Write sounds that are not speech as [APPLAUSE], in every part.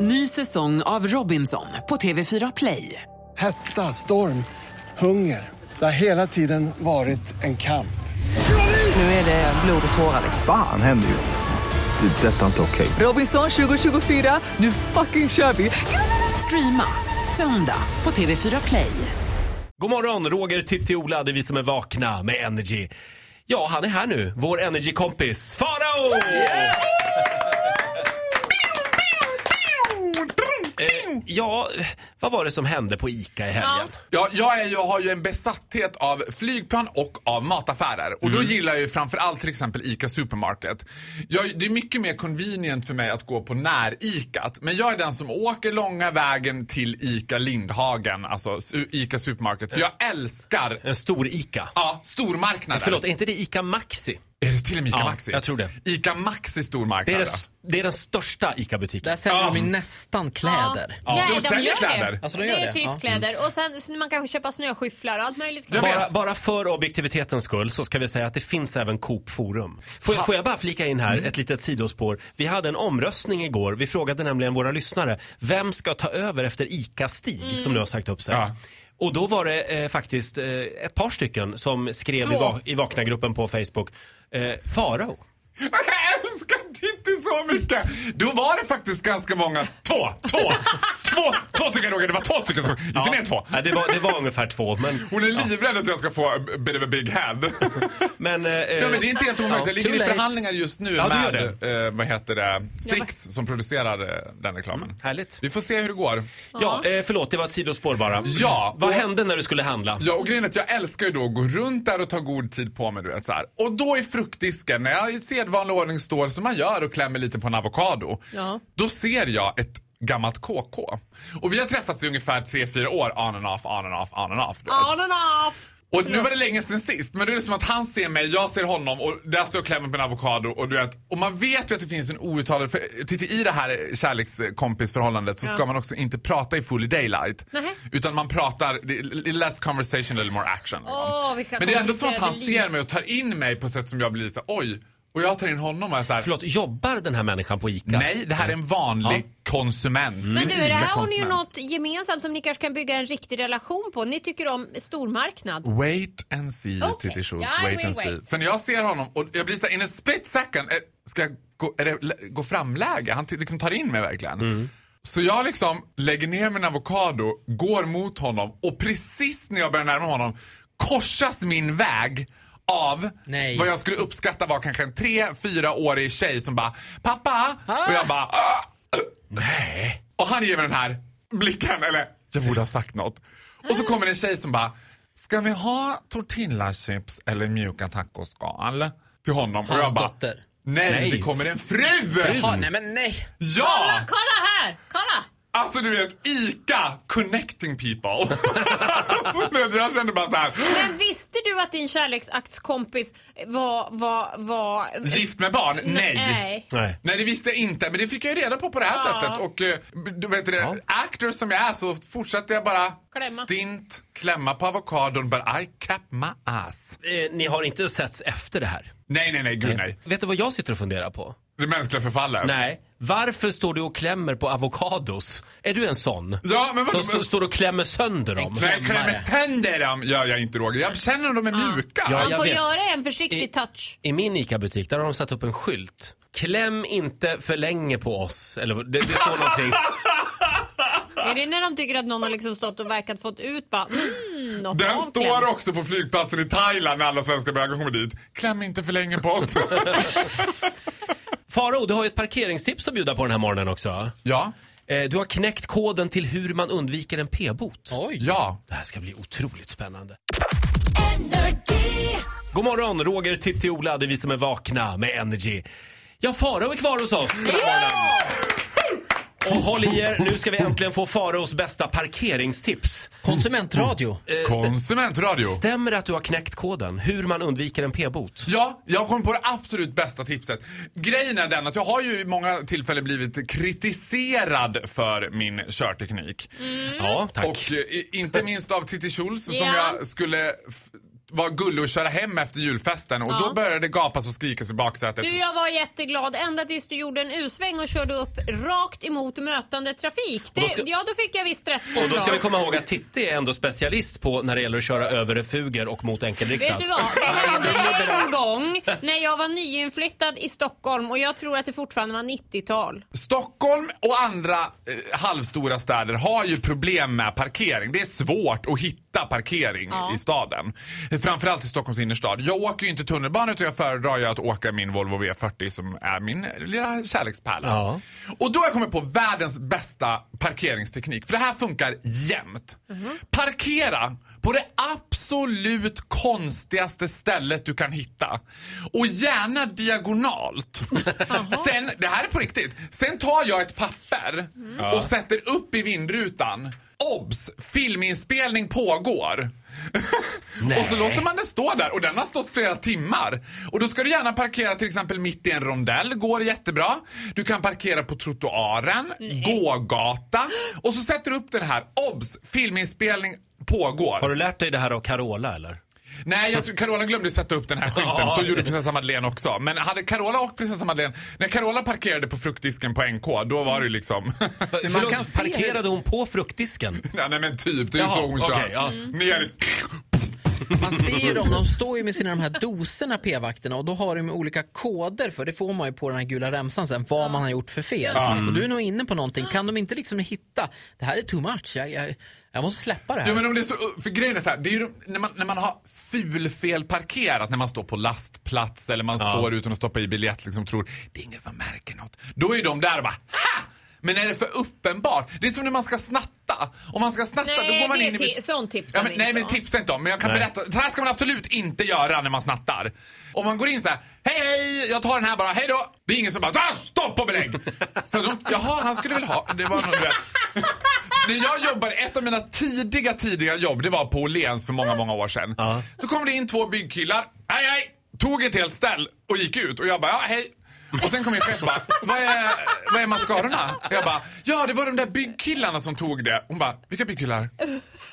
Ny säsong av Robinson på TV4 Play. Hetta, storm, hunger. Det har hela tiden varit en kamp. Nu är det blod och tårar. Fan händer just nu. Det. är Detta är inte okej. Robinson 2024, nu fucking kör vi! Streama söndag på TV4 Play. God morgon, Roger, Titti, Ola, det är vi som är vakna med Energy. Ja, han är här nu, vår Energy-kompis Farao! Eh, ja, vad var det som hände på ICA i helgen? Ja, jag, är, ju- har ju en besatthet av flygplan och av mataffärer. Och Mm. då gillar jag ju framförallt till exempel ICA Supermarket. Jag, det är mycket mer convenient för mig att gå på när-ICA. Men jag är den som åker långa vägen till ICA Lindhagen, alltså su- ICA Supermarket. För jag älskar En stor ICA. ja, stormarknader. Eh. Förlåt, är inte det ICA Maxi? Är det till och med ICA Ja, Maxi? jag tror det. ICA Maxi Det stormarknad. är, den, ja. s- det är den största ICA-butiken. Där säljer de ju nästan kläder. Ja, de säljer kläder. Alltså, de det gör är det. typ Ja. kläder. Och sen så man kan köpa snöskyfflar och allt möjligt. Jag kläder. Bara, vet. bara för objektivitetens skull så ska vi säga att det finns även Coop Forum. Får jag, får jag bara flika in Mm. här ett litet sidospår? Vi hade en omröstning igår. Vi frågade nämligen våra lyssnare, vem ska ta över efter ICA-Stig som nu har sagt upp sig? Mm. Ja. Och då var det eh, faktiskt eh, ett par stycken som skrev i, va- i Vakna-gruppen på Facebook, eh, Farao. Men jag älskar Titti så mycket! Då var det faktiskt ganska många. Två! Två! två, två stycken Roger, det var två stycken. som- Inte mer än två. Ja, det, var, det var ungefär två, men... Hon är livrädd att jag ska få a bit of a big hand. men eh, ja, men det är inte helt omöjligt. Jag ligger too i late. förhandlingar just nu Ja, det gör med eh, vad heter det? Strix som producerar eh, den reklamen. härligt. Vi får se hur det går. Ja, eh, förlåt, det var ett sidospår bara. Ja, Vad och- hände när du skulle handla? Ja, och grejen är att jag älskar ju då att gå runt där och ta god tid på mig. Du vet, så här. Och då i fruktdisken, när jag i sedvanlig ordning står som man gör och klämmer lite på en avokado, Ja. då ser jag ett gammalt KK. Och vi har träffats i ungefär 3-4 år, on and off, on and off, on and off. du vet. On and off. Och nu var det länge sedan sist, men nu är det som att han ser mig, jag ser honom och där står jag och klämmer på en avokado och du vet, och man vet ju att det finns en outtalad, för titta i det här kärlekskompisförhållandet så ska man också inte prata i full daylight. Nähä. Utan man pratar, det är less conversation, little more action. liksom. Åh, vilka men det är ändå som att han komplicerade liv. ser mig och tar in mig på ett sätt som jag blir så här, oj. Och jag tar in honom och jag är så här, Förlåt, jobbar den här människan på ICA? nej det här är en vanlig konsument. Men du, det här har ni ju Ica-konsument. något gemensamt som ni kanske kan bygga en riktig relation på. Ni tycker om stormarknad. Wait and see, Okej. Titti Schultz. Ja, I wait will and see. wait. För när jag ser honom och jag blir så här, in a split second, eh, ska jag gå, är det lä- gå framläge? Han t- liksom tar in mig verkligen. Så jag liksom lägger ner min avokado, går mot honom och precis när jag börjar närma mig honom korsas min väg av Nej. vad jag skulle uppskatta var kanske en tre, fyraårig tjej som bara “Pappa!” och jag bara "Ah!" Nej. Och han ger mig den här blicken, eller jag borde ha sagt något. Och Mm. så kommer en tjej som bara, ska vi ha tortillachips eller mjuka tacoskal? Till honom. och Hans jag bara, dotter. Nej, Nej. det kommer en fru! Jaha, nej men nej! Ja! Kolla här! Kolla! Alltså du vet, ICA connecting people. [LAUGHS] jag kände bara så här, Men visste du att din kärleksaktskompis var... var, var... gift med barn? Nej. Nej. Nej, det visste jag inte, men det fick jag ju reda på på det här Ja. sättet. Och eh, du vet det, actor som jag är så fortsatte jag bara Klämma. stint klämma på avokadon, but I kept my ass. Eh, ni har inte setts efter det här? Nej, nej, nej, gud nej. Vet du vad jag sitter och funderar på? Det mänskliga förfallet. Nej. Varför står du och klämmer på avokados? Är du en sån? Ja, Som men vadå? st- står och klämmer sönder dem? Nej, klämmer klämmare. sönder dem gör jag inte Roger. Jag känner om de är mjuka. Ja, Han jag får vet. göra en försiktig I- touch. I min ICA-butik, där har de satt upp en skylt. Kläm inte för länge på oss. Eller vad- det, det står [LAUGHS] någonting. Är det när de tycker att någon har liksom stått och verkat fått ut bara... Mm, något Den av står klämmen. också på flygplatsen i Thailand när alla svenskar bögar kommer dit. Kläm inte för länge på oss. [LAUGHS] Faro, du har ju ett parkeringstips att bjuda på den här morgonen också. ja, Eh, du har knäckt koden till hur man undviker en p-bot. Oj! ja. Det här ska bli otroligt spännande. God morgon, Roger, Titti, Ola. Det är vi som är vakna med Energy. Ja, Farao är kvar hos oss den här morgonen. Och håll i er, nu ska vi äntligen få Faraos bästa parkeringstips. Mm. Eh, Konsumentradio. Eh, Konsumentradio. Stämmer det att du har knäckt koden? Hur man undviker en p-bot? Ja, jag kom på det absolut bästa tipset. Grejen är den att jag har ju i många tillfällen blivit kritiserad för min körteknik. Ja, tack. Och eh, i- inte minst av Titti Schultz som Mm. Ja. jag skulle f- var gullig att köra hem efter julfesten och Ja. då började det gapas och skrikas i baksätet. Du, jag var jätteglad ända tills du gjorde en U-sväng och körde upp rakt emot mötande trafik. då Det, ska- Ja, då fick jag visst Och då ska vi stresspåslag. komma ihåg att Titti är ändå specialist på när det gäller att köra över refuger och mot enkelriktat. Vet du vad? Det hände en gång när jag var nyinflyttad i Stockholm och jag tror att det fortfarande var 90-tal. Stockholm och andra eh, halvstora städer har ju problem med parkering. Det är svårt att hitta parkering Ja. i staden. Eh, Framförallt i Stockholms innerstad. Jag åker ju inte tunnelbana utan jag föredrar ju att åka min Volvo V40 som är min lilla kärlekspärla. Ja. Och då har jag kommit på världens bästa parkeringsteknik. För det här funkar jämt. Parkera på det absolut konstigaste stället du kan hitta. Och gärna diagonalt. Sen, det här är på riktigt. Sen tar jag ett papper och sätter upp i vindrutan. Obs! Filminspelning pågår. [LAUGHS] Och så låter man den stå där och den har stått flera timmar. Och då ska du gärna parkera till exempel mitt i en rondell, går jättebra. Du kan parkera på trottoaren, gågata och så sätter du upp den här. Obs! Filminspelning pågår. Har du lärt dig det här av Carola eller? Nej, jag tror, Carola glömde sätta upp den här skylten. Ja. Så gjorde prinsessan Madeleine också. Men hade Carola och prinsessan Madeleine... När Carola parkerade på fruktdisken på NK, då var det ju liksom... [LAUGHS] Förlåt, kan se parkerade hon på fruktdisken? Ja, Nej men typ, det är ju Jaha, så hon kör. Mm. okej, ja. Ner. Man ser ju dem, de står ju med sina de här doserna p-vakterna och då har de ju olika koder för det får man ju på den här gula remsan sen vad man har gjort för fel. Och Mm. du är nog inne på någonting, kan de inte liksom hitta, det här är too much, jag, jag, jag måste släppa det här. Ja, men om det är så, för grejen är så här, det är ju de- när man, när man har fulfelparkerat, parkerat, när man står på lastplats eller man står utan att stoppa i biljett liksom tror det är ingen som märker något. Då är de där och bara ha! Men är det för uppenbart? Det är som när man ska snatta. Om man ska snatta då Nej, går man det in i... är ti- sånt tipsar ja, men, vi Nej inte men om. tipsa inte om. Men jag kan Nej. berätta. Det här ska man absolut inte göra när man snattar. Om man går in så här, hej hej, jag tar den här bara, hej då. Det är ingen som bara, "Ah, stopp och belägg! [LAUGHS] för de, jaha, han skulle väl ha... Det var någon, du vet. När jag jobbade, ett av mina tidiga, tidiga jobb, det var på Åhléns för många, många år sedan. Ja. Då kom det in två byggkillar, hej hej, tog ett helt ställ och gick ut och jag bara, ja hej. Och sen kom min chef och bara, vad är, vad är mascarorna? Och jag bara, ja det var de där byggkillarna som tog det. Hon bara, vilka byggkillar?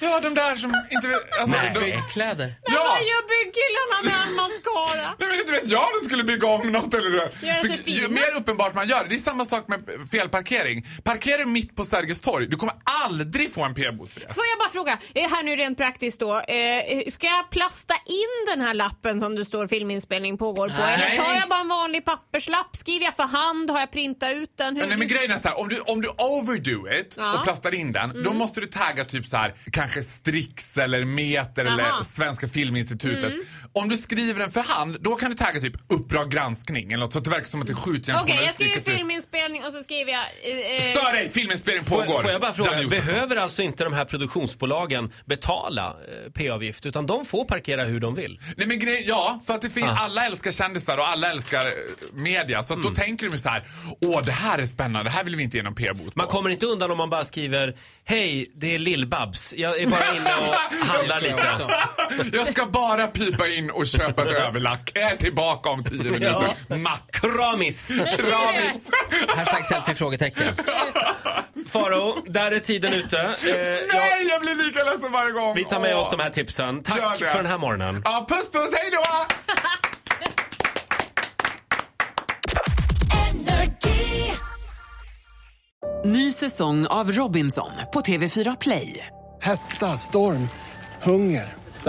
Ja de där som inte vet, alltså, de, Byggkläder. ja. Vad gör byggkillarna med all mascara? Nej men inte vet jag om de skulle bygga om något eller det. Göra sig För ju fina. mer uppenbart man gör det, det är samma sak med felparkering. Parkerar du mitt på Sergels torg, du kommer aldrig få en p-bot för det. Får jag bara fråga, eh, här nu rent praktiskt då. Eh, ska jag plasta in den här lappen som du står filminspelning pågår på? Nej. Eller tar jag bara en vanlig papperslapp? Skriver jag för hand? Har jag printat ut den? Hur- Nej men grejen är så här, om du, om du overdo it Ja. Mm. och plastar in den, då måste du tagga typ så här, kanske Strix eller Meter eller Aha. Mm. Svenska Filminstitutet. Om du skriver den för hand, då kan du tagga typ Uppdrag granskning eller något så att det verkar som att det är Okej, skjutjärnsjournalistik. jag skriver att du- filminspelning och så skriver jag... eh, eh, Stör dig! Filminspelning Får, pågår. får jag bara fråga, Janne Josefsson. behöver alltså inte de här produktionsbolagen betala eh, p-avgift utan de får parkera hur de vill? Nej men grej, ja, för att det Ah. finns, alla älskar kändisar och alla älskar eh, media. Så att Mm. då tänker de ju så här, åh det här är spännande, det här vill vi inte ge någon p-bot på. Man kommer inte undan om man bara skriver Hej, det är Lill-Babs. Jag är bara [LAUGHS] inne och handlar lite. Jag ska bara pipa in och köpa ett överlack. Jag är tillbaka om tio minuter, [LAUGHS] max. Kramis! Kramis. Hashtag selfie frågetecken. Faro, där är tiden ute. Eh, jag, Nej, jag blir lika ledsen varje gång. vi tar med Åh. oss de här tipsen. Gör Tack det. för den här morgonen. Ja, puss puss, hej då! Ny säsong av Robinson på TV4 Play. Hetta, storm, hunger. Det